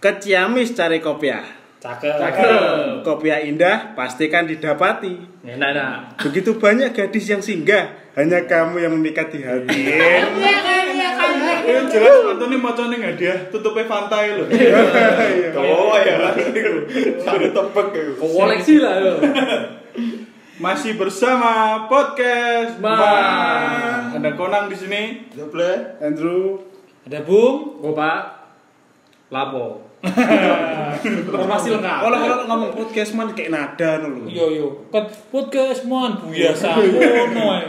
Ke Ciamis cari kopiah. Cakep. Cakep. Kopiah indah pastikan didapati. Nah, nah, nah. Begitu banyak gadis yang singgah, hanya kamu yang memikat di hati. Iya kan, iya kan. Ini jelas pantone macane hadiah tutupe pantai lho. Iya. Oh ya. Baru tebek aku. Koleksi lah yo. Masih bersama podcast. Ma. Ma. Ada Konang di sini. Doble. Andrew, Ada Bung, gua Pak. Lapo. Informasi lengkap. kalau ngomong podcast man kayak nada Yo nulu. yo, kan podcast mon biasa Iya. ngono.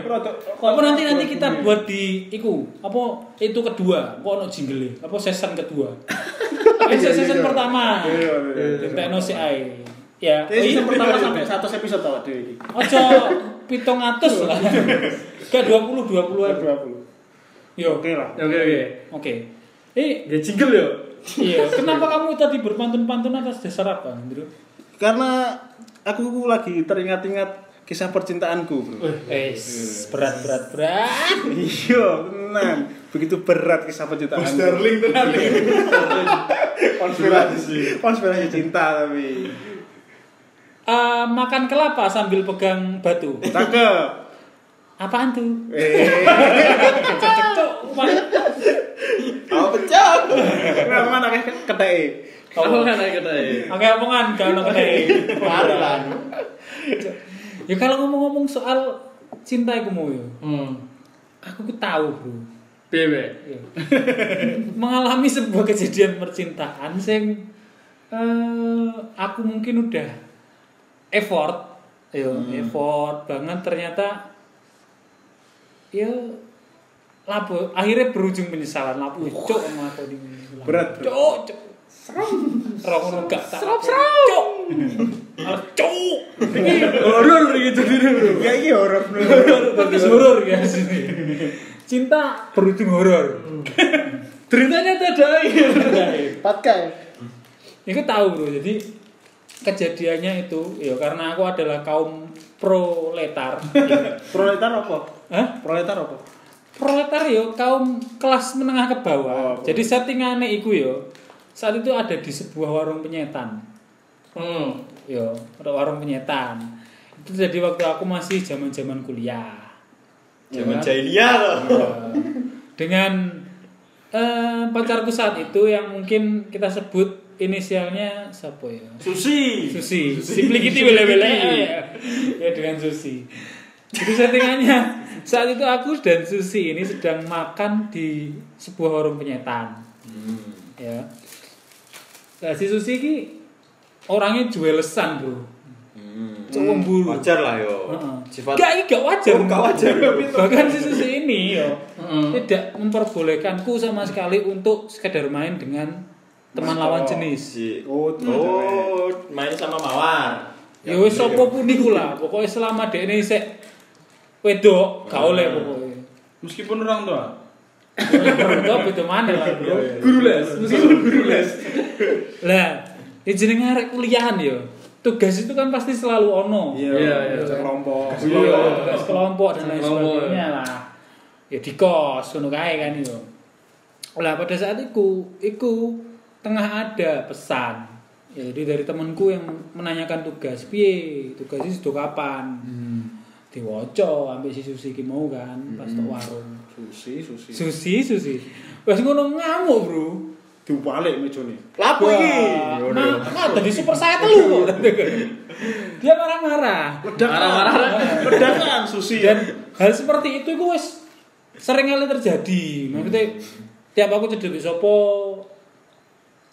Apa nanti nanti kita buat di iku apa itu kedua, kok ono jingle apa season kedua. Ini season pertama. Iya, iya, iya. Tekno CI. Ya, Jadi ini season pertama pertama sampai satu episode tau deh. Ojo pitung atus lah. Gak 20 20 aja. Iya. Dua puluh. Yo. Oke lah. Oke, oke. Iya. Oke. Eh, Ya jingle yo. iya. Kenapa kamu tadi berpantun-pantun atas dasar apa, Andrew? Karena aku lagi teringat-ingat kisah percintaanku, bro. Eh, berat berat berat. Iya, tenan. Begitu berat kisah percintaan. Iya. Bos Darling tenan. konspirasi. Konspirasi cinta tapi. Eh, makan kelapa sambil pegang batu. Cakep. Apaan tuh? Eh, Cocok. Aku pecah. kenapa mana kayak kedai? Aku kan naik kata ya. Oke, omongan kalau kena. Baru lah. Ya kalau ngomong-ngomong soal cinta aku mau ya. Hmm. Aku ku tahu, Bro. Bebe. Ya. Mengalami sebuah kejadian percintaan sing eh, aku mungkin udah effort, ya Iya. effort banget ternyata ya lapo akhirnya berujung penyesalan lapo cok sama aku ini. Berat, berat. cok cok serem serem gak serem serem cok Malah cok Ini horor gitu dulu Ya iya horor bro. podcast horor ya sini. Cinta berujung horor. Ceritanya tidak akhir. Patkai. Itu tahu bro. Jadi kejadiannya itu ya karena aku adalah kaum proletar. Proletar apa? Hah? Proletar apa? Proletar yo kaum kelas menengah ke bawah. Oh. Jadi settingannya iku yo saat itu ada di sebuah warung penyetan. Hmm. Yo, warung penyetan. Itu jadi waktu aku masih zaman-zaman kuliah. Iya. Zaman jahiliya loh. Eh, dengan eh, pacarku saat itu yang mungkin kita sebut inisialnya siapa ya? Susi. Susi. Simplikiti bele-bele. ya dengan Susi. Jadi settingannya saat itu aku dan Susi ini sedang makan di sebuah warung penyetan. Ya. Nah, si Susi ini orangnya juelesan bro. Cowok buru. Wajar lah yo. Heeh. Sifat Gak, ini gak wajar. Oh, gak wajar. Bahkan si Susi ini yo Mm-mm. tidak memperbolehkanku sama sekali untuk sekedar main dengan teman lawan jenis. si. Oh, tuh. Oh, main sama mawar. Iya. Iya. Ya wis sapa pun iku lah, pokoke selama dekne isih wedok, gak oleh pokoke. Meskipun orang tua. Wedok beda mana lah, Bro. Guru les. Meskipun guru les. Lah, ini jenenge arek kuliahan yo. Tugas itu kan pasti selalu ono. Iya, Iya, iya. iya. Kelompok. Iya. tugas kelompok dan lain Kelompok, sebagainya lah. Ya di kos ngono kae kan yo. Lah pada saat itu, iku tengah ada pesan. Ya, jadi dari temanku yang menanyakan tugas, piye tugasnya sudah kapan? Diwoco ambil si Susi ki mau kan pas tok warung. Susi, Susi. Susi, Susi. Wes ngono ngamuk, Bro. Diwalik mejone. Lapo iki. Nah, nah, tadi super saya telu kok. Dia marah-marah. Marah-marah. Ledakan Susi. ya. dan hal seperti itu itu wis sering kali terjadi maksudnya tiap aku cedek sopo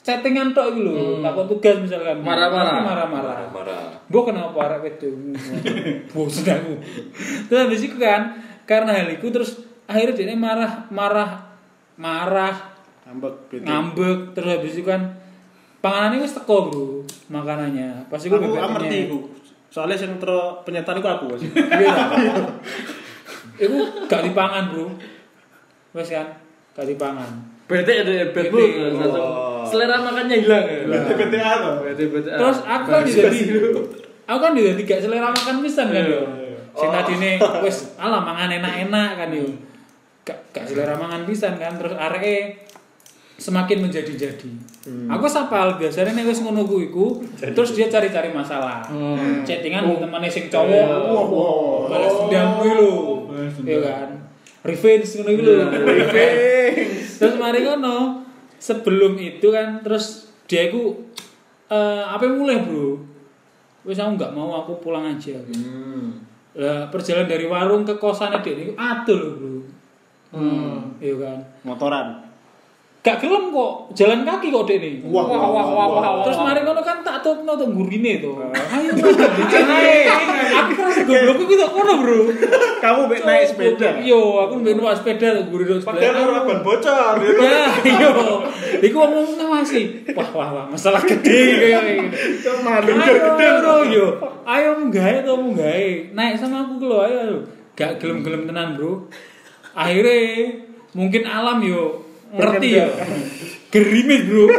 chattingan tok itu lho takut tugas misalkan Marah-marah. Pasti marah-marah Marah. Mbok kenapa arek wedok bosen aku terus habis itu kan karena hal itu terus akhirnya dia marah marah marah Ambek bete. ngambek terus habis itu kan panganannya wis teko bro makanannya pasti Aku amerti iku. Soalnya sing tro penyetan iku aku. Mas. Iya. Iku gak dipangan, Bro. Wes kan? Gak dipangan. Bete ada bete. Bete. Langsung Selera makannya hilang. PTA to. Bete bete. Terus aku kan jadi aku kan jadi gak selera makan pisan kan yo. Sing tadine wis ala mangan enak-enak kan yo. Gak gak selera mangan pisan kan terus areke semakin menjadi-jadi. Aku sapal biasanya nek wis ngono kuwi iku, terus dia cari-cari masalah. Chattingan oh. temane sing cowok. Iya. Wah, wah. Oh. Balas dendam kuwi lho. Iya kan. Revenge ngono kuwi lho. terus mari ngono. Sebelum itu kan terus dia iku eh, apa yang mulai, Bro? Wis aku nggak mau aku pulang aja. Lah perjalanan dari warung ke kosannya dia niku aduh lho, Bro. Hmm, iya kan. motoran Gak gelem kok, jalan kaki kok dek ini. Wah, wah, wah, wah, wah, wah. Terus mari ngono kan tak tutupno tuh gurine to. Ayo Mas, dicerai. Aku kerasa goblok iku tak kono, Bro. kamu be naik sepeda Yo, aku mbek numpak sepeda tuh gurine sepeda. Padahal kan- ora ban bocor. Iya, ya kan? Ya, yo. Iku wong ngono masih. Wah, wah, wah, masalah gede kayak gini. malu Ayo, bro, yo. Ayo menggawe to menggawe. Naik sama aku kelo ayo. ayo. Gak gelem-gelem tenan, Bro. Akhirnya mungkin alam yo ngerti ya. Gerimis, Bro.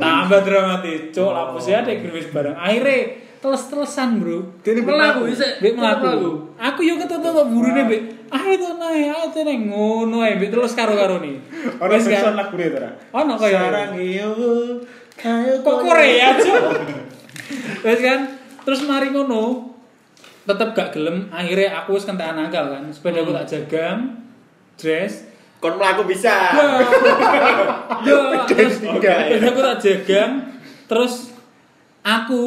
Tambah dramatis. Cok, lapus ya dek gerimis bareng. Akhirnya teles-telesan, Bro. Dia ini melaku, melaku, isek. Mbek melaku. Melaku. Aku yo ketutup kok burune, Mbek. Ayo to naik, ayo to naik ngono ae, Mbek terus karo-karo nih. orang Wes, kan? besar lagu itu lah Ono kaya sarang iyo kayu kok Korea cok terus kan terus mari ngono tetep gak gelem akhirnya aku wis kentekan angkal kan sepeda aku tak jagam dress Kon melaku bisa. ya terus tiga, ya. sepeda aku tak jagam terus aku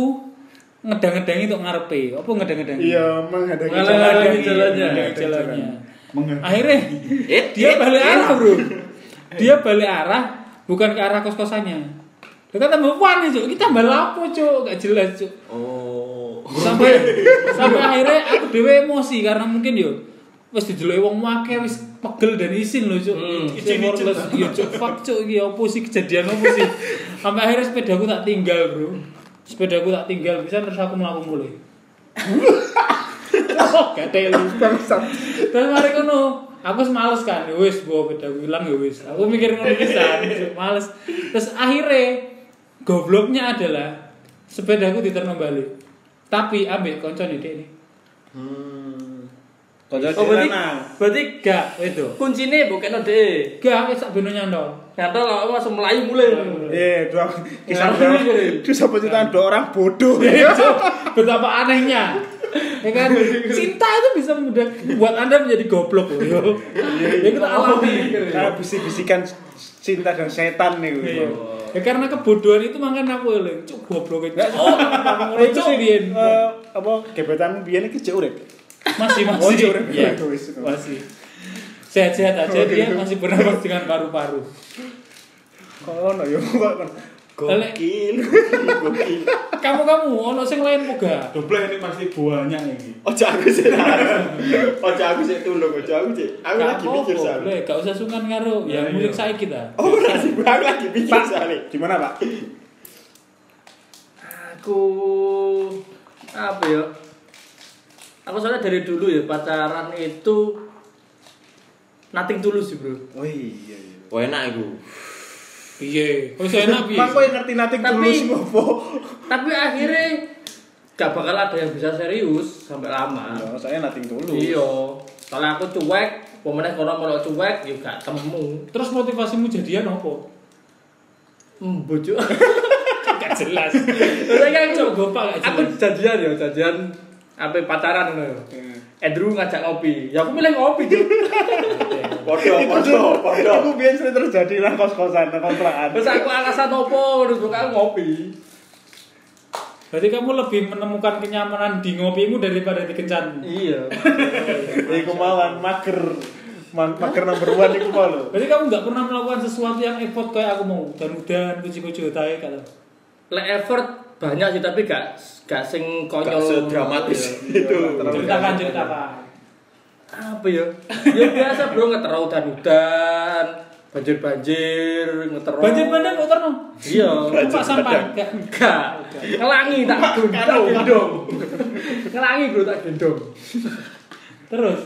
ngedang-ngedangi untuk ngarepe apa ngedang-ngedangi iya menghadangi Ngalah- jalan. ngalangi jalannya Menghadangi jalannya jalan. Menghadangi. akhirnya dia balik arah bro dia balik arah bukan ke arah kos kosannya dia kan tambah panik cuk kita tambah lapo cuk gak jelas cuk Oh. sampai sampai akhirnya aku dewe emosi karena mungkin yo wis dijuluki wong akeh wis pegel dan isin lho cuk Izin-izin. Terus, yo cuk fuck cuk iki opo sih kejadian opo sih sampai akhirnya sepedaku tak tinggal bro sepedaku tak tinggal bisa terus aku melaku mulai gak telu bangsat terus mari kono aku wis males kan ya wis bawa beda hilang ya wis aku mikir ngono pisan cuk, males terus akhirnya gobloknya adalah sepedaku diterno balik tapi ambek konco nih ini kau Oh, berarti lanang berarti gak itu kuncinya bukan ode. gak wis sak beno nyantol Nyantol aku langsung melayu mulai. eh dua kisah Nah, dua ini. kisah penceritaan dua orang bodoh Cuk, betapa anehnya ya kan cinta itu bisa mudah buat anda menjadi goblok loh yo ya kita alami karena bisik-bisikan cinta dan setan nih gitu. ya karena kebodohan itu makanya aku eling cuk goblok Nggak, aja oh Kalau Nah, itu cuk sih biyen. eh, apa gebetanmu biyen iki cek urip. masih Oh, masih jauh. Iya, Wis, wis. masih sehat-sehat aja dia masih bernafas dengan paru-paru Kono yo kok ya? kono. Gokil. Gokil. kamu kamu ono sing lain moga Dobleh ini masih banyak ini. Ojo aku sih. Ojo aku sih tunduk, ojo aku sih. Aku lagi mikir soalnya. boleh gak usah sungkan karo Ya, ya musik iya. saya kita Oh, ora sih, aku lagi mikir Pak, soalnya. gimana Pak? Aku apa ya? Aku soalnya dari dulu ya pacaran itu nothing tulus sih bro. Oh iya iya. Wah, enak iku. iya wis enak piye Pak kok yang ngerti nanti Tapi- tulus ngopo? Tapi akhirnya gak bakal ada yang bisa serius sampai lama. Yo, Nah, saya nanti tulus. Iya. Soalnya aku cuek, pemenang kalau mau cuek juga gak temu. terus motivasimu jadian apa Hmm, bojo. gak jelas Soalnya kan cuk gopak gak aku jelas janjian ya, janjian apa pacaran ngono. ya. Andrew ngajak ngopi. Ya aku milih ngopi, Cuk. Podo, Itu podo, dulu. podo. Aku biyen sering terjadi nang kos-kosan, nang kontrakan. Terus aku alasan opo terus bukan ngopi. berarti kamu lebih menemukan kenyamanan di ngopimu daripada di kencan Iya. Iku mawan mager. Man- mager number 1 iku mau lho. berarti kamu gak pernah melakukan sesuatu yang effort kayak aku mau dan udan kuci-kuci tae gak tau. Lek effort banyak sih tapi gak gak sing konyol. Iya. Gak sedramatis itu. ceritakan ceritakan Apa ya? Ya biasa bro ngetero udan-udan, banjir-banjir, ngetero. Banjir bandang kok terno. Iya. Pak sampan gak. Gak. Ngelangi tak gendong. Ngelangi bro tak gendong. Terus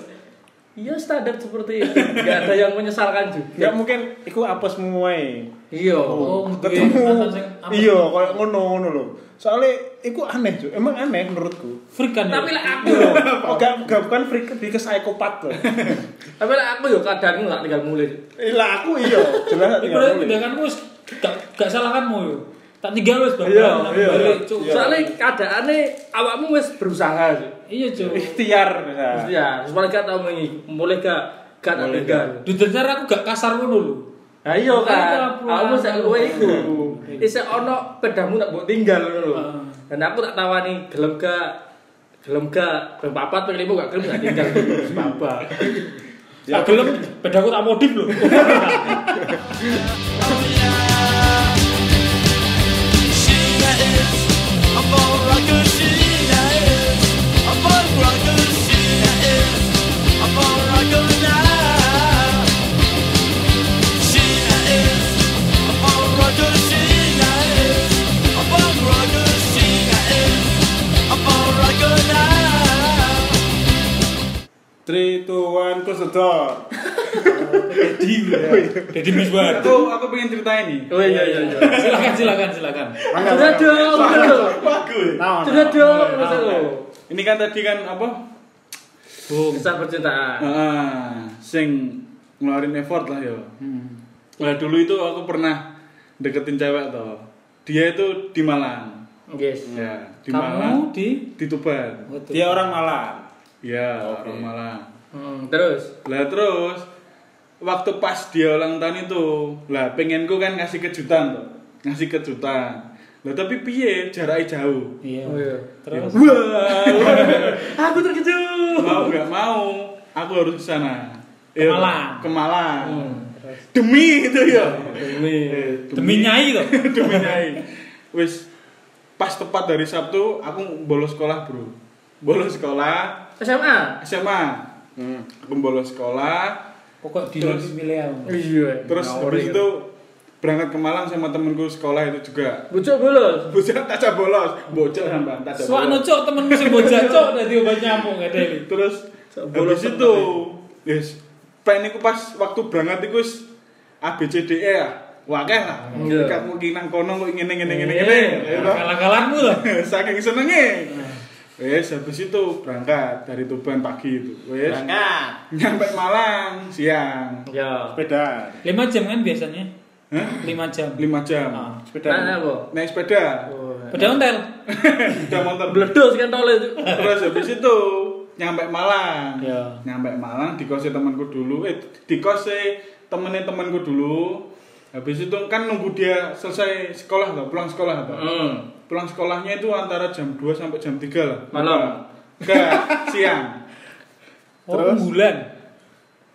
Iya standar seperti itu. Gak ada yang menyesalkan Ya juga. mungkin iku apesmu wae. Iya. Oh, mungkin. Ketemu. Alasan sing apes. Iya, koyo ngono ngono lho. Soale iku aneh, Cuk. Emang aneh menurutku. Freak kan. Tapi lah aku, Iya, kok gak gak bukan freak dikes psikopat lho. tapi lah aku yo kadang nggak tinggal mulai. Eh, Lah aku iya, jelas gak Ibu tinggal dari mulai. tindakanmu wis gak gak salahkanmu yo. Tak tinggal wis bapak. Iya, Aku iya. balik, Cuk. Soalnya Soalnya keadaannya awakmu wis berusaha. Cuk. iya Cuk. Ikhtiar nah. Ya, supaya gak tau mengi, mulai gak gak tak Mulai tinggal. Dudencar aku gak kasar ngono lho. Nah iya Makanya kan, aku aku lapuan. saya kowe iku. Isih ono pedamu tak mbok tinggal ngono lho. Ah. Dan aku tak tawani gelem gak gelem gak gelem papat pengen limo gak gelem gak tinggal. Sebab. Tak Iya. gelem bedaku tak modif lho. Three, two, one, close the door. Jadi misbar. Aku aku pengen ceritain nih. Oh iya iya iya. Silakan silakan silakan. Sudah dong, sudah dong. Nah, Sudah dong, sudah dong. Ini kan tadi kan apa? Bung. Kisah percintaan. Ah, sing ngeluarin effort lah yo. Hmm. Lah dulu itu aku pernah deketin cewek toh. Dia itu di Malang. Guys. Ya, di Kamu Malang, di di Tuban. Dia orang Malang. Ya, orang Malang. Hmm, terus Lah terus waktu pas dia ulang tahun itu, lah pengenku kan ngasih kejutan toh. Ngasih kejutan. Lah tapi piye jaraknya jauh. Iya. Oh, iya. Terus aku terkejut. mau nggak mau aku harus ke sana. Ke Eh, Malang. Ke Malang. terus. Demi itu ya. Ini Eh, demi nyai to. demi nyai wis pas tepat dari Sabtu aku bolos sekolah bro bolos sekolah SMA. SMA Hmm. aku bolos sekolah Pokok di Terus. milih aku. Iya. terus habis itu berangkat ke Malang sama temenku sekolah itu juga Bocok bolos. bocah tak cabut bolos bocah sampean tak cabut Suwakno bolos. Cuk temenmu sing bocah Cuk dadi obat nyamuk gak Deli. terus Cak bolos habis itu yes plan iku pas waktu berangkat iku wis A B C D E ya wakil lah Iya. dekat mungkin nang kono kok ngene ngene ngene Iya, Eh, ngene ya toh. Kalah-kalahmu to. saking senengnya wes habis itu berangkat dari Tuban pagi itu wes nyampe Malang siang Ya. Sepeda. 5 jam kan biasanya? Hah? 5 jam. lima Ah. jam Sepeda. Mana apa? naik sepeda Beda ontel. sepeda motor Bledos kan tol itu. terus habis itu nyampe Malang Ya. nyampe Malang di kosnya temanku dulu eh di kosnya temennya temanku dulu habis itu kan nunggu dia selesai sekolah lah pulang sekolah lah Hmm. pulang sekolahnya itu antara jam 2 sampai jam 3 lah Malam? enggak siang Oh, Terus? unggulan.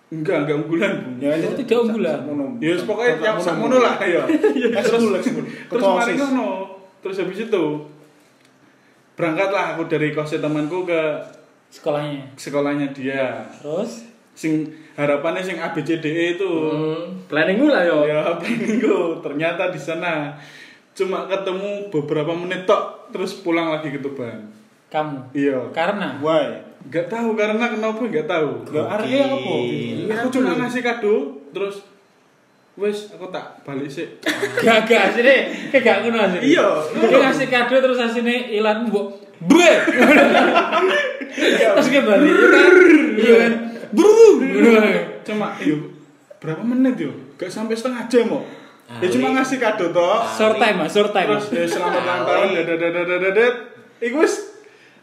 enggak enggak unggulan Bu. Ya, Oh, tidak unggulan. Ya wis pokoknya yang sakmono lah ya. Terus Terus terus Ketua mari OSIS. ngono. Terus habis itu berangkatlah aku dari kosnya temanku ke Sekolahnya. sekolahnya dia. Terus Sing harapannya sing ABCDE E itu. Hmm. Planningmu lah yo. Ya minggu ternyata di sana cuma ketemu beberapa menit tok terus pulang lagi ke Tuban. kamu. Iya. Karena Why? Gak tahu karena kenapa gak tahu. ya, Yo arek apa? Aku cuma ngasih kado terus wis aku tak balik sih. gak gak asine kayak gak ngono asine. Iya. Dia ngasih kado terus asine ilang mbok bre. terus kembali iya kan. Iya kan. Bru. Ngono kan. cuma yuk berapa menit yuk gak sampai setengah jam kok ya cuma Ah, ngasih kado toh Short time, Mas, short time. Ah. terus ya selamat ulang tahun dadadadadadadad iku wis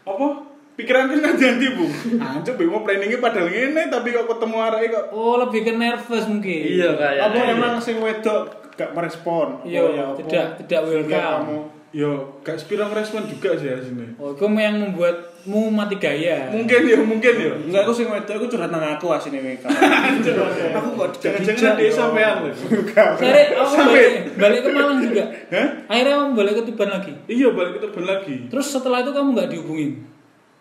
apa pikiranku nggak janji bu anjir bu mau planningnya padahal ngene tapi kok ketemu arek kok Oh, lebih ke nervous mungkin. Iya kayak. Apa emang sing wedok gak merespon? Iya, Oh, ya apa? tidak tidak Ya, welcome. kamu. yo gak sepira respon juga sih hasilnya Oh, kamu yang membuatmu mati gaya. mungkin ya mungkin ya Enggak aku sing wedok aku curhat nang aku asine wae. Aku kok jangan-jangan dia sampean lho Sare, aku Sampai. balik, balik ke Malang juga. Hah? Akhirnya kamu balik ke Tuban lagi. iya balik ke Tuban lagi Terus setelah itu kamu nggak dihubungin.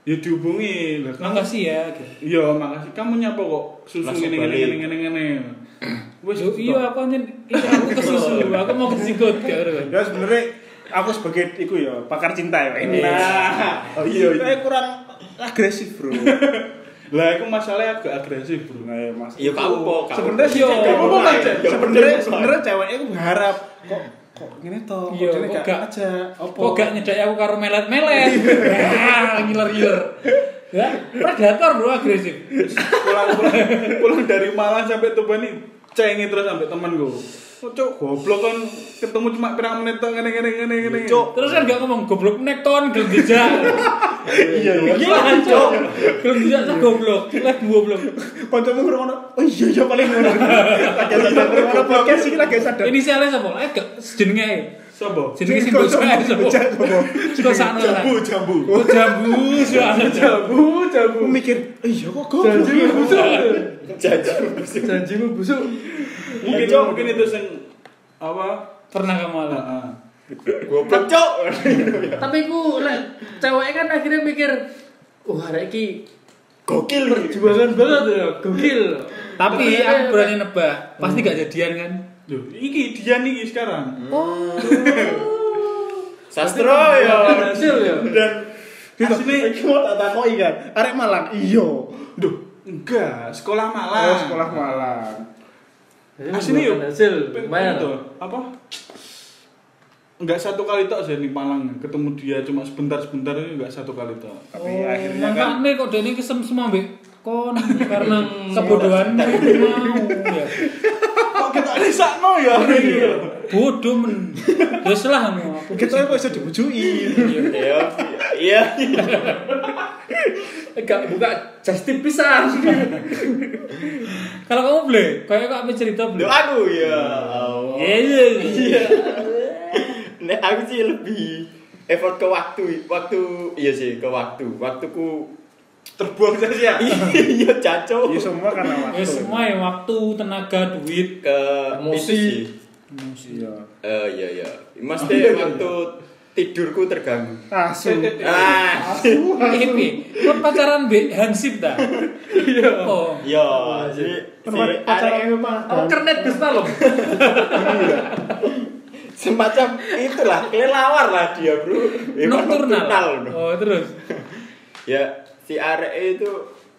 ya dihubungi lah kamu- Makasih ya. gitu. iya makasih kamu nyapa kok susu Langsung ngene ngene balik. ngene ngene wis Yo, iya aku anjen, iya aku kesusu, aku mau kesikut kayak gitu kan. Ya sebenarnya aku sebagai iku ya pakar cinta ya. Nah, oh iya, Saya kurang agresif, Bro. Lah aku masalahnya agak agresif, Bro. Nah, ya, Mas. Iya kamu po. Sebenarnya sih Yo, gak apa-apa mulai. Mas. Yo, Sebenarnya mulai. sebenarnya ceweknya aku berharap kok kok gini toh, kok Yo, dene kok gak gak- aja. Opo? Kok gak nyedak aku karo melet-melet. Ah, ngiler-ngiler. Ya, predator bro agresif. Pulang-pulang pulang dari Malang sampai Tuban nih cengi terus sampai temen gue. Oh, Cuk, goblok kan ketemu cuma pirang menit tok ngene ngene ngene ngene. Cuk. Terus kan gak ngomong goblok nek ton gelem dijak. iya iya. Gila cok. Gelem dijak sah goblok. Lah goblok. Kancamu ngono. Oh iya iya paling ngono. Lagi sadar ngono podcast iki lagi sadar. Ini sialnya sapa? Eh gak sejenenge. ae. Sopo? Jenenge sing eh, bocah ae sapa? Kok sakno ora? Jambu, jambu. Oh jambu, soalnya Jambu, jambu. Aku mikir, "Eh, iya kok goblok. Janji busuk. Jajan. Janjimu busuk. Mungkin Cuk. mungkin itu sing apa? pernah ke Malang. Heeh. Goblok cok. Tapi ku lek cewek kan akhirnya mikir, wah arek iki Gokil. perjuangan banget ya, gokil. Tapi aku berani nebak, pasti Hmm. gak jadian kan? Duh, iki Dian iki sekarang. Oh. Sastro ya. Kan hasil ya. Dan Asline- Iki mau tak takoki kan. Arek Malang. Iya. Duh, enggak, sekolah Malang. Oh, sekolah Malang. Asli yuk. Hmm, Hasil. Lumayan Lumayan. Apa? Enggak satu kali tok saya di Malang ketemu dia cuma sebentar-sebentar itu enggak satu kali tok. Tapi Oh, akhirnya kan Makanya kok Dani kesem semua mbak kon karena kebodohan mau ya. Kok kita risakno ya? Bodoh men. Ya salah kamu. Aku kan, kita kok bisa dibujukin. Iya. Iya. Enggak Eh, buka jas tipisan. Kalau kamu beli, kayak kok apa cerita beli? Loh aku ya. Allah. Iya iya. iya. Nek aku sih lebih effort ke waktu, waktu iya sih ke waktu, waktuku terbuang saja. Iya cacok. Ya semua karena waktu. Ya semua ya waktu, tenaga, duit. ke Emosi. itu sih. Iya. Eh iya iya. Maksudnya waktu tidurku terganggu. Asu. Ah, Asu. Eh, Bi, kok pacaran B hansip dah. Iya. Oh. iya. Jadi si Kan Acara arek- memang. Apa kernet Gusta loh. semacam itulah kelelawar lah dia, Bro. Emang nocturnal, Nocturnal. bro. Oh terus. Ya, si arek itu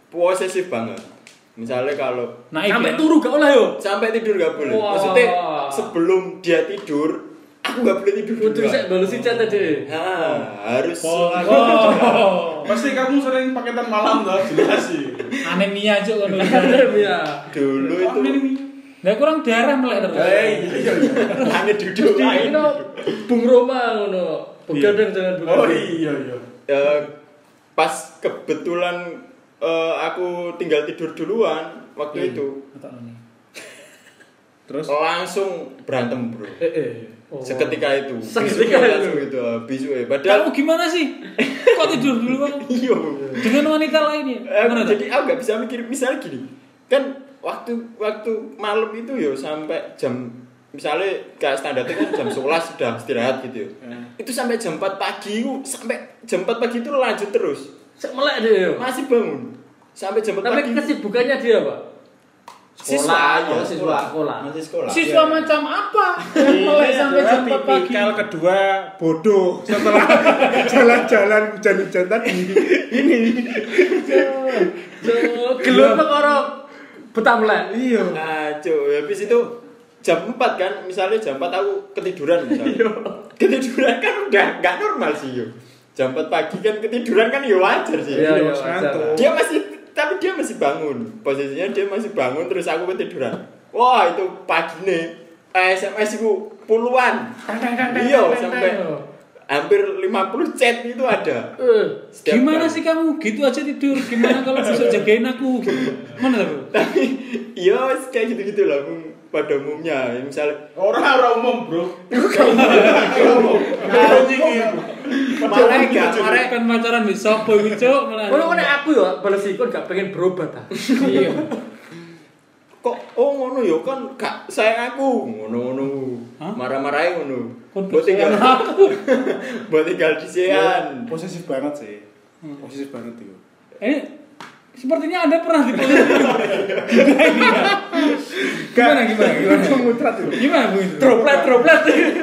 posesif banget. Misalnya kalau Naik. Sampai ya? turu gak oleh yo. sampai tidur gak boleh. Wah. Maksudnya sebelum dia tidur, aku gak boleh tidur. Kudu Iya. duluan. sik balesi chat tadi. Ah, harus Pola. Oh. Pasti kamu sering paketan Malang tok, jelas sih. Anemia aja kan. Iya. Ya. dulu itu. iya, Nah kurang darah melek terus. Hanya duduk. Di aja. ini Bung Roma ngono. Begadang jangan Iya. Oh begadang. iya iya. Eh, pas kebetulan eh, aku tinggal tidur duluan waktu itu Atau ini. Terus langsung berantem bro Eh eh. Oh. seketika itu Seketika Besoknya itu. langsung itu habis we. padahal Kamu gimana sih? Kok tidur dulu kan? iya Dengan wanita ya? lainnya? Eh, Gimana tuh? jadi aku gak bisa mikir misalnya gini kan waktu waktu malam itu ya sampai jam misalnya kayak standarnya kan jam 11 sudah istirahat gitu ya. Eh. itu sampai jam 4 pagi itu- sampai jam 4 pagi itu lanjut terus Sik melek deh yo. masih bangun sampai jam 4 Tapi pagi kesibukannya dia, Pak. Sekolah, siswa ya oh, siswa, sekolah. masih sekolah ya. Siswa macam apa? Iya, Mulai sampai jam 4 pagi. Tipikal kedua bodoh setelah jalan-jalan hujan-hujan tadi. Gelem perkara betah melek. Iya. Nah, cuk, habis itu jam 4 kan, misalnya jam 4 aku ketiduran misalnya. ketiduran kan udah nggak normal sih yo. Jam 4 pagi kan ketiduran kan ya wajar sih. Iya, iya, ngantuk. Dia masih tapi dia masih bangun. Posisinya dia masih bangun terus aku ketiduran. Wah, itu Eh, pagi nih. SMS ku puluhan. Iya, sampai hampir 50 chat itu ada. Eh, Setiap Gimana hari. sih kamu? Gitu aja tidur. Gimana kalau besok jagain aku? Gitu. Mana tuh? Tapi iya wes, kayak gitu-gitu lah um, pada umumnya. Ya, Misalnya Orang orang umum, Bro. gitu? gitu? Malah gitu? gak, Karek kan pacaran besok, boy cok. ngono kok nek aku yo bales iku gak pengen berobat ta. Iya. kok oh ngono ya kan gak sayang aku ngono ngono Hah? marah-marahin ngono Kon buat tinggal sayang aku. buat tinggal di Sean Posesif Iya, banget sih. Hmm. Posesif banget iya. itu. Eh, sepertinya Anda pernah di Gimana, gimana, gimana? Mutrat iya. itu. Gimana Bu? itu? Droplet, droplet.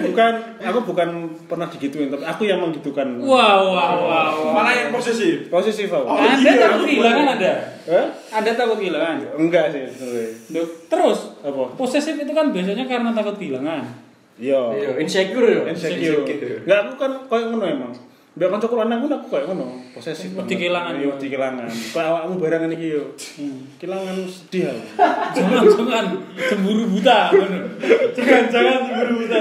Bukan, aku bukan pernah digituin, tapi aku yang menggitukan. Wow, wow, wow. wow. Malah yang posesif. posesif apa? Oh, anda iya, takut aku kehilangan boleh. Anda? Hah? Anda takut kehilangan? enggak sih sebenarnya. Duh, Terus, Apa? posesif itu kan biasanya karena takut kehilangan. iya Iya, insecure yo. insecure Insecure. enggak aku kan kayak ngono emang biar kan cokro anak aku kayak ngono Oh, posesif Mesti kehilangan, yo yo. kehilangan kayak awakmu barangan iki yo Hmm. kehilangan sedih aku Jangan, jangan cemburu buta. ngono. Jangan, jangan cemburu buta.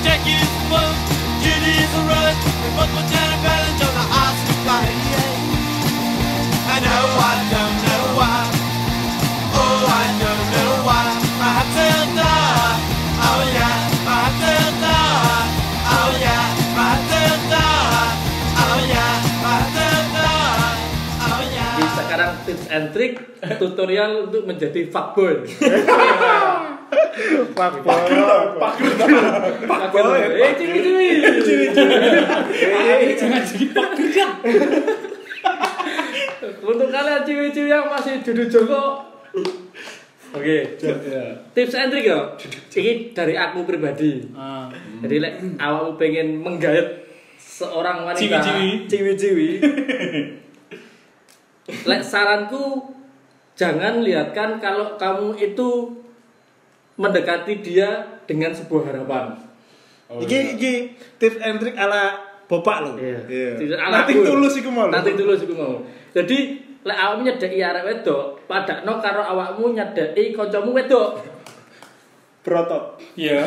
Take it one, Judy's a rush, but my Janet Balance on the Oscar body. I know oh, I don't know why. Oh, I don't know why. My tail died. Oh yeah, my tail died. Oh yeah, my tail died. Oh yeah, my tail died. Oh yeah. Jadi sekarang tips and trick tutorial untuk menjadi fuckboy. pak pak Fuckboy. Eh, cimi-cimi. Eh, jangan jadi pekerja. Untuk kalian cimi-cimi yang masih duduk joko. Oke. Tips and trick yo. Ini dari aku pribadi. Ah, Jadi lek awakmu pengen menggayat seorang wanita Ciwi-ciwi. ciwi-ciwi. lek saranku jangan lihatkan kalau kamu itu mendekati dia dengan sebuah harapan. iki iki tips and trick ala bapak lo Oh, Iya. Tidak iya ala nanti aku. tulus iku mau Nanti tulus iku mau. Jadi lek awakmu nyedeki arek wedok, padakno karo awakmu nyedeki kancamu wedok. broto Iya.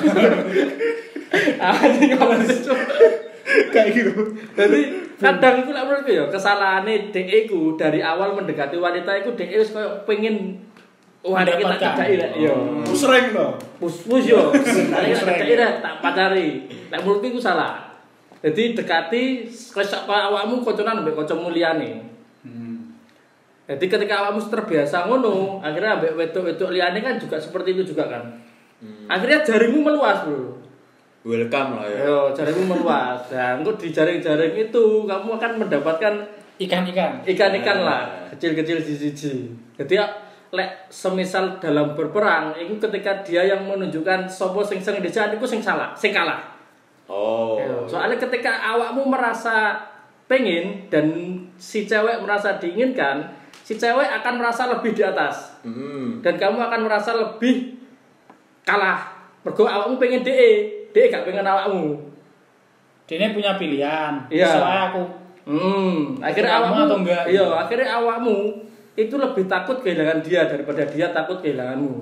Anjing kalau itu. kayak gitu Jadi kadang itu lah menurutku ya kesalahannya DE ku dari awal mendekati wanita itu DE wis koyo pengen wah ini kita Mendapatkan. kerjain lah ya. aku sering loh Pus pus yo. Ini kita kerjain lah tak pacari. Lah menurutku itu salah. Jadi dekati kesak kaya awakmu koconan mbek kancamu liyane. Jadi ketika awakmu terbiasa ngono, akhirnya ambek wedok-wedok liyane kan juga seperti itu juga kan. Akhirnya jaringmu meluas, Bro. Welcome lah ya. Ayo, jaringmu meluas. Nah, engko di jaring-jaring itu kamu akan mendapatkan Ikan-ikan. ikan-ikan Nah. lah, kecil-kecil siji-siji. Jadi ya, lek semisal dalam berperang, itu ketika dia yang menunjukkan sopo sing sering dijajah itu sing salah, sing kalah. Oh. Ayo, Soalnya ketika awakmu merasa pengen dan si cewek merasa diinginkan, si cewek akan merasa lebih di atas Hmm. dan kamu akan merasa lebih kalah. Mergo awakmu pengen DE, DE E gak pengen awakmu. Dia punya pilihan. Iya. Soalnya aku Hmm, akhirnya Kamu awakmu atau enggak? Iya, akhirnya awakmu itu lebih takut kehilangan dia daripada dia takut kehilanganmu.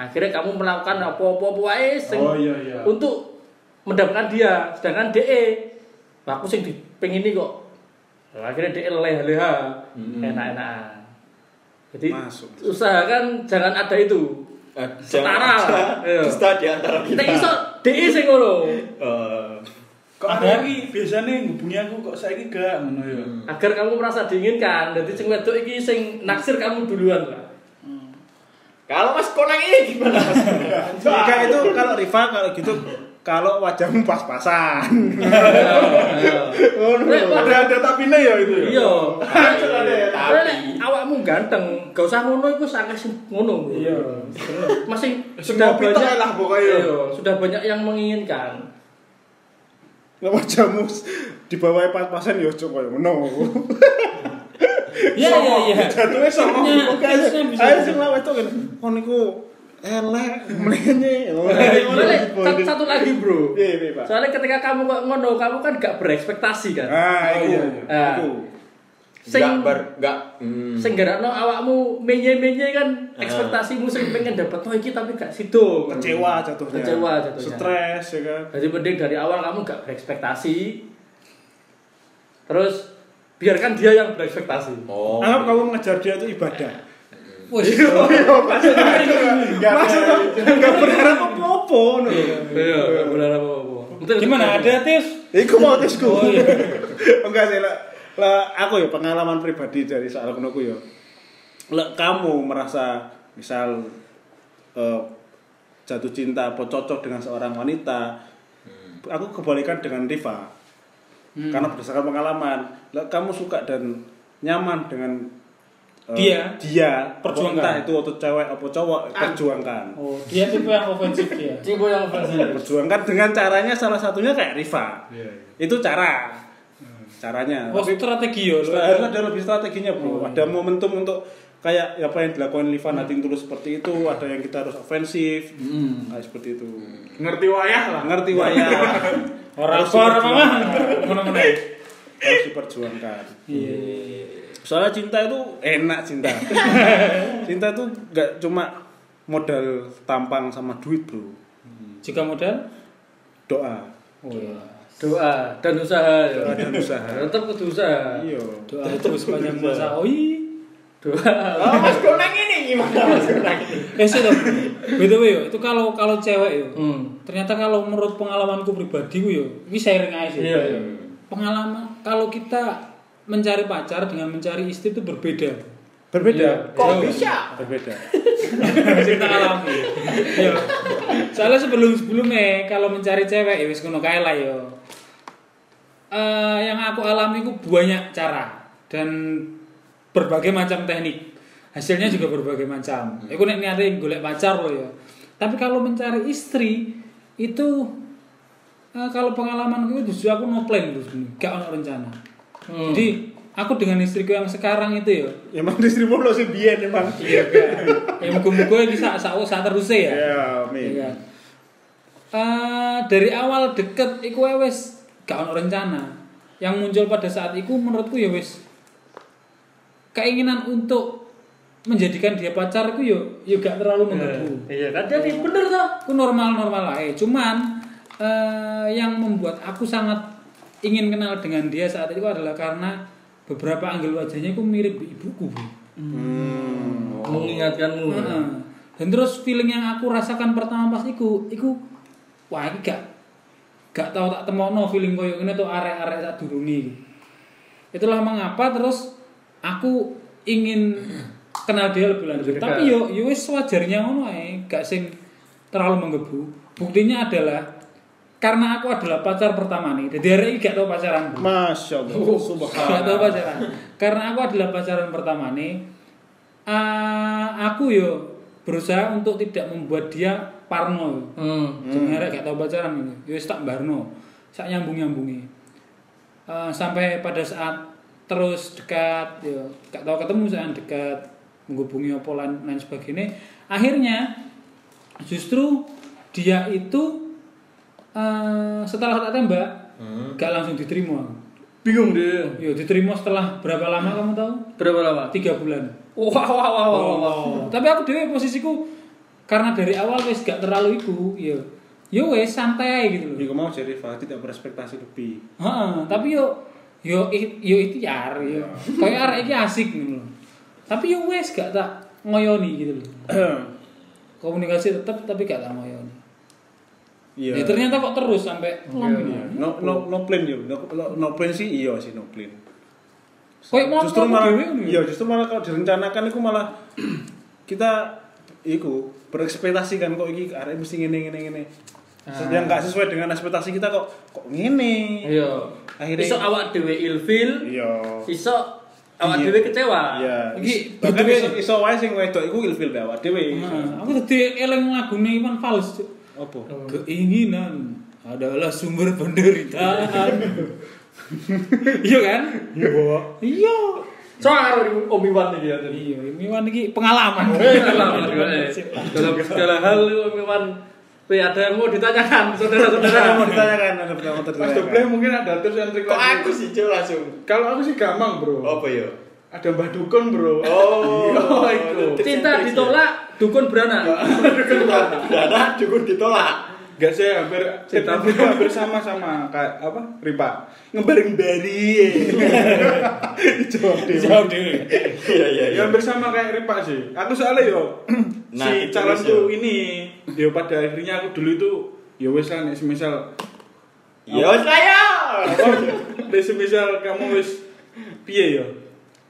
Akhirnya kamu melakukan apa-apa wae sing Oh iya iya. untuk mendapatkan dia, sedangkan DE "Lah, aku sing dipengin ini kok. Lah, Akhirnya DE leha-leha, enak-enakan. Jadi Masuk. usahakan jangan ada itu. Eh, Setara jangan lah. ada Iya. Dusta di antara kita. Nek iso DE sing ngono. Eh, Kok aku iki biasanya ngubungi aku kok saiki gak ngono ya. agar kamu merasa diinginkan jadi sing wedok iki sing naksir kamu duluan lah kalau Mas Konang ini gimana? Mas? Jika Iya, itu kalau Riva kalau gitu kalau wajahmu pas-pasan. Oh, Rek, no. Ada ada tapine ya itu ya. iya Tapi- Rek, awakmu ganteng gak usah ngono iku sangat sing ngono iya masih Semua sudah pita banyak lah pokoknya. iya, sudah banyak yang menginginkan Wajahmu di bawah pas-pasan ya coba ya. No. Iya, iya, iya. Jatuhnya sama Iya. Harusnya bisa. Ayo sing lawet to kan. Kon niku elek Oh, mlenye. Soalnya, sat- satu lagi bro Iya, iya, Pak. soalnya ketika kamu kok ngono kamu kan gak berekspektasi kan Ah, iku. iya, iya. Ah. Iku. Sing- Enggak ber enggak. Hmm. sing gerakno awakmu menye-menye kan ekspektasimu sing pengen dapat oh iki tapi gak sido Kecewa jatuhnya. Kecewa jatuhnya. Stres ya kan. Jadi penting dari awal kamu gak berekspektasi. Terus biarkan dia yang berekspektasi. Oh. Anggap kamu ngejar dia itu ibadah. Wih, Maksudnya enggak berharap apa-apa no. Iya, benar apa apa. gitu. Gimana? Ada tips? Iku mau tesku. Oh, iya. Enggak sih lah. Lah aku ya pengalaman pribadi dari soal kuno ku ya. Lah kamu merasa misal eh, jatuh cinta atau cocok dengan seorang wanita, Hmm. aku kebalikan dengan Riva. Karena berdasarkan pengalaman, lah kamu suka dan nyaman dengan eh, Dia? dia Perjuangkan. entah itu atau cewek apa cowok perjuangkan Oh, dia tipe yang ofensif dia. Cibo yang versi. perjuangkan dengan caranya salah satunya kayak Riva itu cara caranya Oh, tapi strategi ya. lu. harus ada lebih strateginya bro iya. ada momentum untuk kayak ya, apa yang dilakukan Hmm. Liva Nating tulus seperti itu ada yang kita harus ofensif Hmm. kayak seperti itu Ngerti wayah lah. ngerti wayah Iya. Orang Harus orang mama. diperjuangkan. Mana-mana. harus diperjuangkan Iya. soalnya cinta itu enak cinta cinta itu nggak cuma modal tampang sama duit bro Jika modal, doa oh iya. Doa dan usaha. ya. doa dan usaha Tetap kudu usaha. iya Doa itu sepanjang masa. Oh iya. Doa. Oh, Mas Gonang ini gimana Mas Gonang? Eh sih loh. By the way, yo, itu kalau kalau cewek yo. Hmm. Ternyata kalau menurut pengalamanku pribadi yo, ini sharing aja sih. Iya, iya. Pengalaman kalau kita mencari pacar dengan mencari istri itu berbeda. berbeda Kok bisa? Iya. berbeda Cerita alami. Yo. Soalnya sebelum sebelumnya kalau mencari cewek ya wis ngono kae lah yo. Eh, yang aku alami itu banyak cara dan berbagai macam teknik. Hasilnya juga berbagai macam. Aku nek niate golek pacar loh ya. Tapi kalau mencari istri itu eh, kalau pengalamanku itu justru aku no plan terus gak ono rencana. Hmm. Jadi aku dengan istriku yang sekarang itu ya emang istrimu lo sih bian emang Iya kan. Ya muga-muga ini sak sak sak ya teruse ya. Iya amin kan. Eh, dari awal deket iku ae wis gak ono rencana. Yang muncul pada saat itu menurutku ya wis keinginan untuk menjadikan dia pacarku yo yo ya gak terlalu menggebu. Iya kan jadi bener toh. Aku normal-normal aja. Cuman eh, yang membuat aku sangat ingin kenal dengan dia saat itu adalah karena beberapa anggel wajahnya itu mirip ibuku. Bu. Oh. Mengingatkanmu. Hmm. Heeh. Dan terus feeling yang aku rasakan pertama pas iku, iku wah iki gak gak tau tak temokno feeling koyo ngene tuh arek-arek tak durungi. Itulah mengapa terus aku ingin kenal dia lebih Lebih lanjut. dekat. Tapi yo yo wis wajarnya ngono ae, gak sing terlalu menggebu. Buktinya adalah karena aku adalah pacar pertama nih. Jadi hari ini gak tau pacaran. Bu. masya Oh. allah Gak tau pacaran. Karena aku adalah pacaran pertama nih. eh, aku yo berusaha untuk tidak membuat dia parno. Hmm. Sebenarnya gak tau pacaran ini. Yo wis tak barno. Sak nyambung nyambungi. sampai pada saat terus dekat, yo gak tau ketemu saat dekat menghubungi opo lan lain sebagainya. Akhirnya justru dia itu eh, setelah tak tembak gak langsung diterima. Bingung deh. Yo diterima setelah berapa lama kamu tahu? Berapa lama? Tiga bulan. Wah wah wah wah. wah. Oh. Tapi aku dewe posisiku karena dari awal wes gak terlalu iku, yo. Yo wes santai aja gitu loh. Minggu mau jadi Fatih tidak berespektasi lebih Heeh, tapi yo yo i- yo ikhtiar yo. Kayak arek iki asik gitu loh. Tapi yo wes gak tak ngoyoni gitu loh. Komunikasi tetap tapi gak tak ngoyoni. iya Ya, ternyata kok terus sampai lama. no no no plan ya no, no- no plan sih iya sih no plan Kayak mau justru aku malah dewe ngono ya. iya justru malah kalau direncanakan itu malah kita iku berekspektasi kan kok iki arek mesti ngene ngene ngene Ah. yang nggak sesuai dengan ekspektasi kita kok kok ngene Iya. Akhirnya- Iso awak dhewe ilfil, iya iso awak Iya. dhewe kecewa. iya Iki bahkan berdua- iso iso wae sing wedok iku ilfil bae awak dhewe Heeh, aku tadi eleng lagune Iwan Fals. Cuk. opo Keinginan adalah sumber penderitaan. iya kan? Iya, Iya. Soal karo Om Iwan iki ya tadi. Iya, ini Iwan iki pengalaman. Dalam segala hal Om Iwan Tapi ada yang mau ditanyakan Saudara mau saudara-saudara. ditanyakan ada pertanyaan Mas Dobleh mungkin ada tips dan trik Iya, Kok lagi. aku sih Cuk, langsung? Kalau aku sih gampang, Bro. Apa ya? Ada Mbah Dukun, Bro. Oh, Iya, iku. Cinta ditolak, dukun beranak. Dana cukup ditolak. Enggak sih hampir cinta hampir sama-sama kayak apa? Ripa. Ngebareng-bari. Jawab deh. Jawab dhewe. Iya, iya, Ya iya. hampir sama kayak Ripa sih. Aku soalnya yo Nah, itu si calonku wis, yo. ini yo pada akhirnya aku dulu itu ya wis lah nek semisal Ya wis lah ya. nek semisal kamu wis piye yo?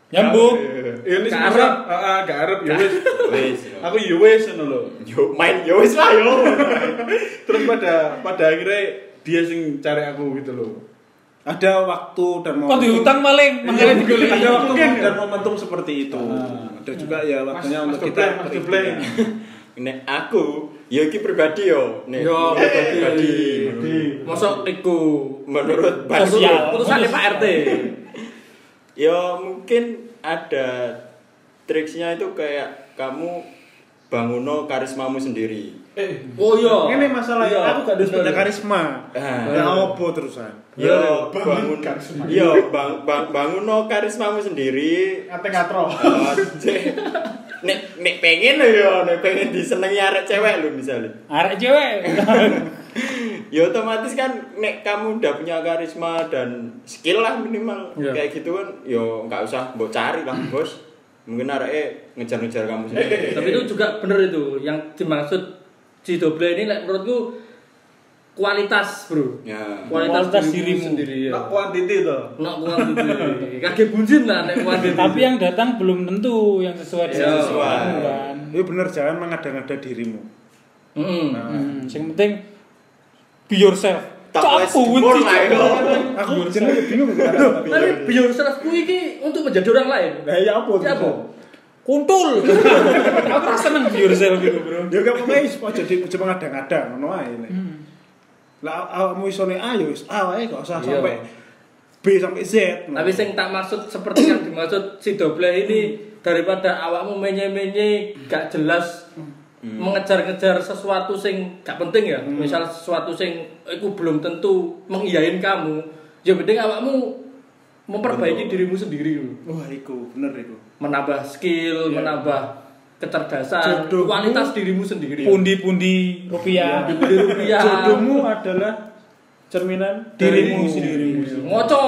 Nyambung. Ya nek Gak semisal heeh gak arep ya wis. Wis. Aku ya wis ngono lho. Yo main yo wis lah yo. Terus pada pada akhirnya dia sing cari aku gitu loh. ada waktu dan Kok Iya, momentum dihutang maling, makanya digoleki. ada waktu dan momentum seperti itu ada juga ya waktunya Mas untuk Dobleng, kita Mas berhenti, Dobleng. ya. Nek aku, ya iki pribadi yo. Nek hmm. Yo, eh, pribadi. Jadi, Mosok iku menurut Bang Sosial. putusannya Pak RT. Ya mungkin ada triksnya itu kayak kamu banguno karismamu sendiri. Oh iya. Ini masalahnya Iya. aku gak ada sepeda Bener. karisma. Ah. Ya opo terusan. Yo Bangun Ya, bangun karisma. Yo bang, bang banguno karismamu sendiri. Ateng atro. Eh, cek. nek nek pengen lho yo, nek pengen disenengi arek cewek lho misalnya. Arek cewek. Ya otomatis kan nek kamu udah punya karisma dan skill lah minimal Iya. kayak gitu kan yo nggak usah mbok cari lah bos mungkin arek ngejar-ngejar kamu sendiri Tapi itu juga bener itu yang dimaksud si double ini like, menurutku kualitas, Bro. ya Kualitas, Kualitas dirimu. sendiri ya. Tak kuantiti to. Nak kuantiti. Kakek bunjin lah nek kuantiti. Tapi yang datang belum tentu yang sesuai dengan Iya. Sesuai. kamu kan. Yo Ya bener jangan mengada-ngada dirimu. Heeh. Hmm, yang penting be yourself. Tak wes Capu jemur kunci. lah, yo. Aku jenenge bingung karena Tapi be yourself ku iki untuk menjadi orang lain. Nah, ya apa? Siapa? Kuntul. Aku rasa seneng be yourself itu, Bro. Ya gak pemain sport jadi cuma kadang-kadang ngono ae. Lek. Lah awakmu isone A yo wis A wae gak usah Iya. sampai B sampai Z. Tapi sing tak maksud seperti yang dimaksud si double ini daripada awakmu menye-menye gak jelas Hmm. mengejar-ngejar sesuatu sing gak penting ya. Misal sesuatu sing iku belum tentu mengiyain kamu. Ya penting awakmu memperbaiki dirimu sendiri dulu. wah iku bener iku. Menambah skill, menambah kecerdasan, Iya. Jodohmu- kualitas dirimu sendiri. Pundi-pundi rupiah. Pundi rupiah. Jodohmu adalah cerminan Dirimu. Ngoco.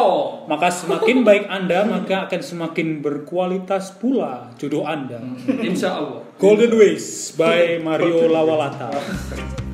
Maka semakin baik Anda, maka akan semakin berkualitas pula Hmm. jodoh Anda. Insya Allah. Golden Ways by Mario Lawalata.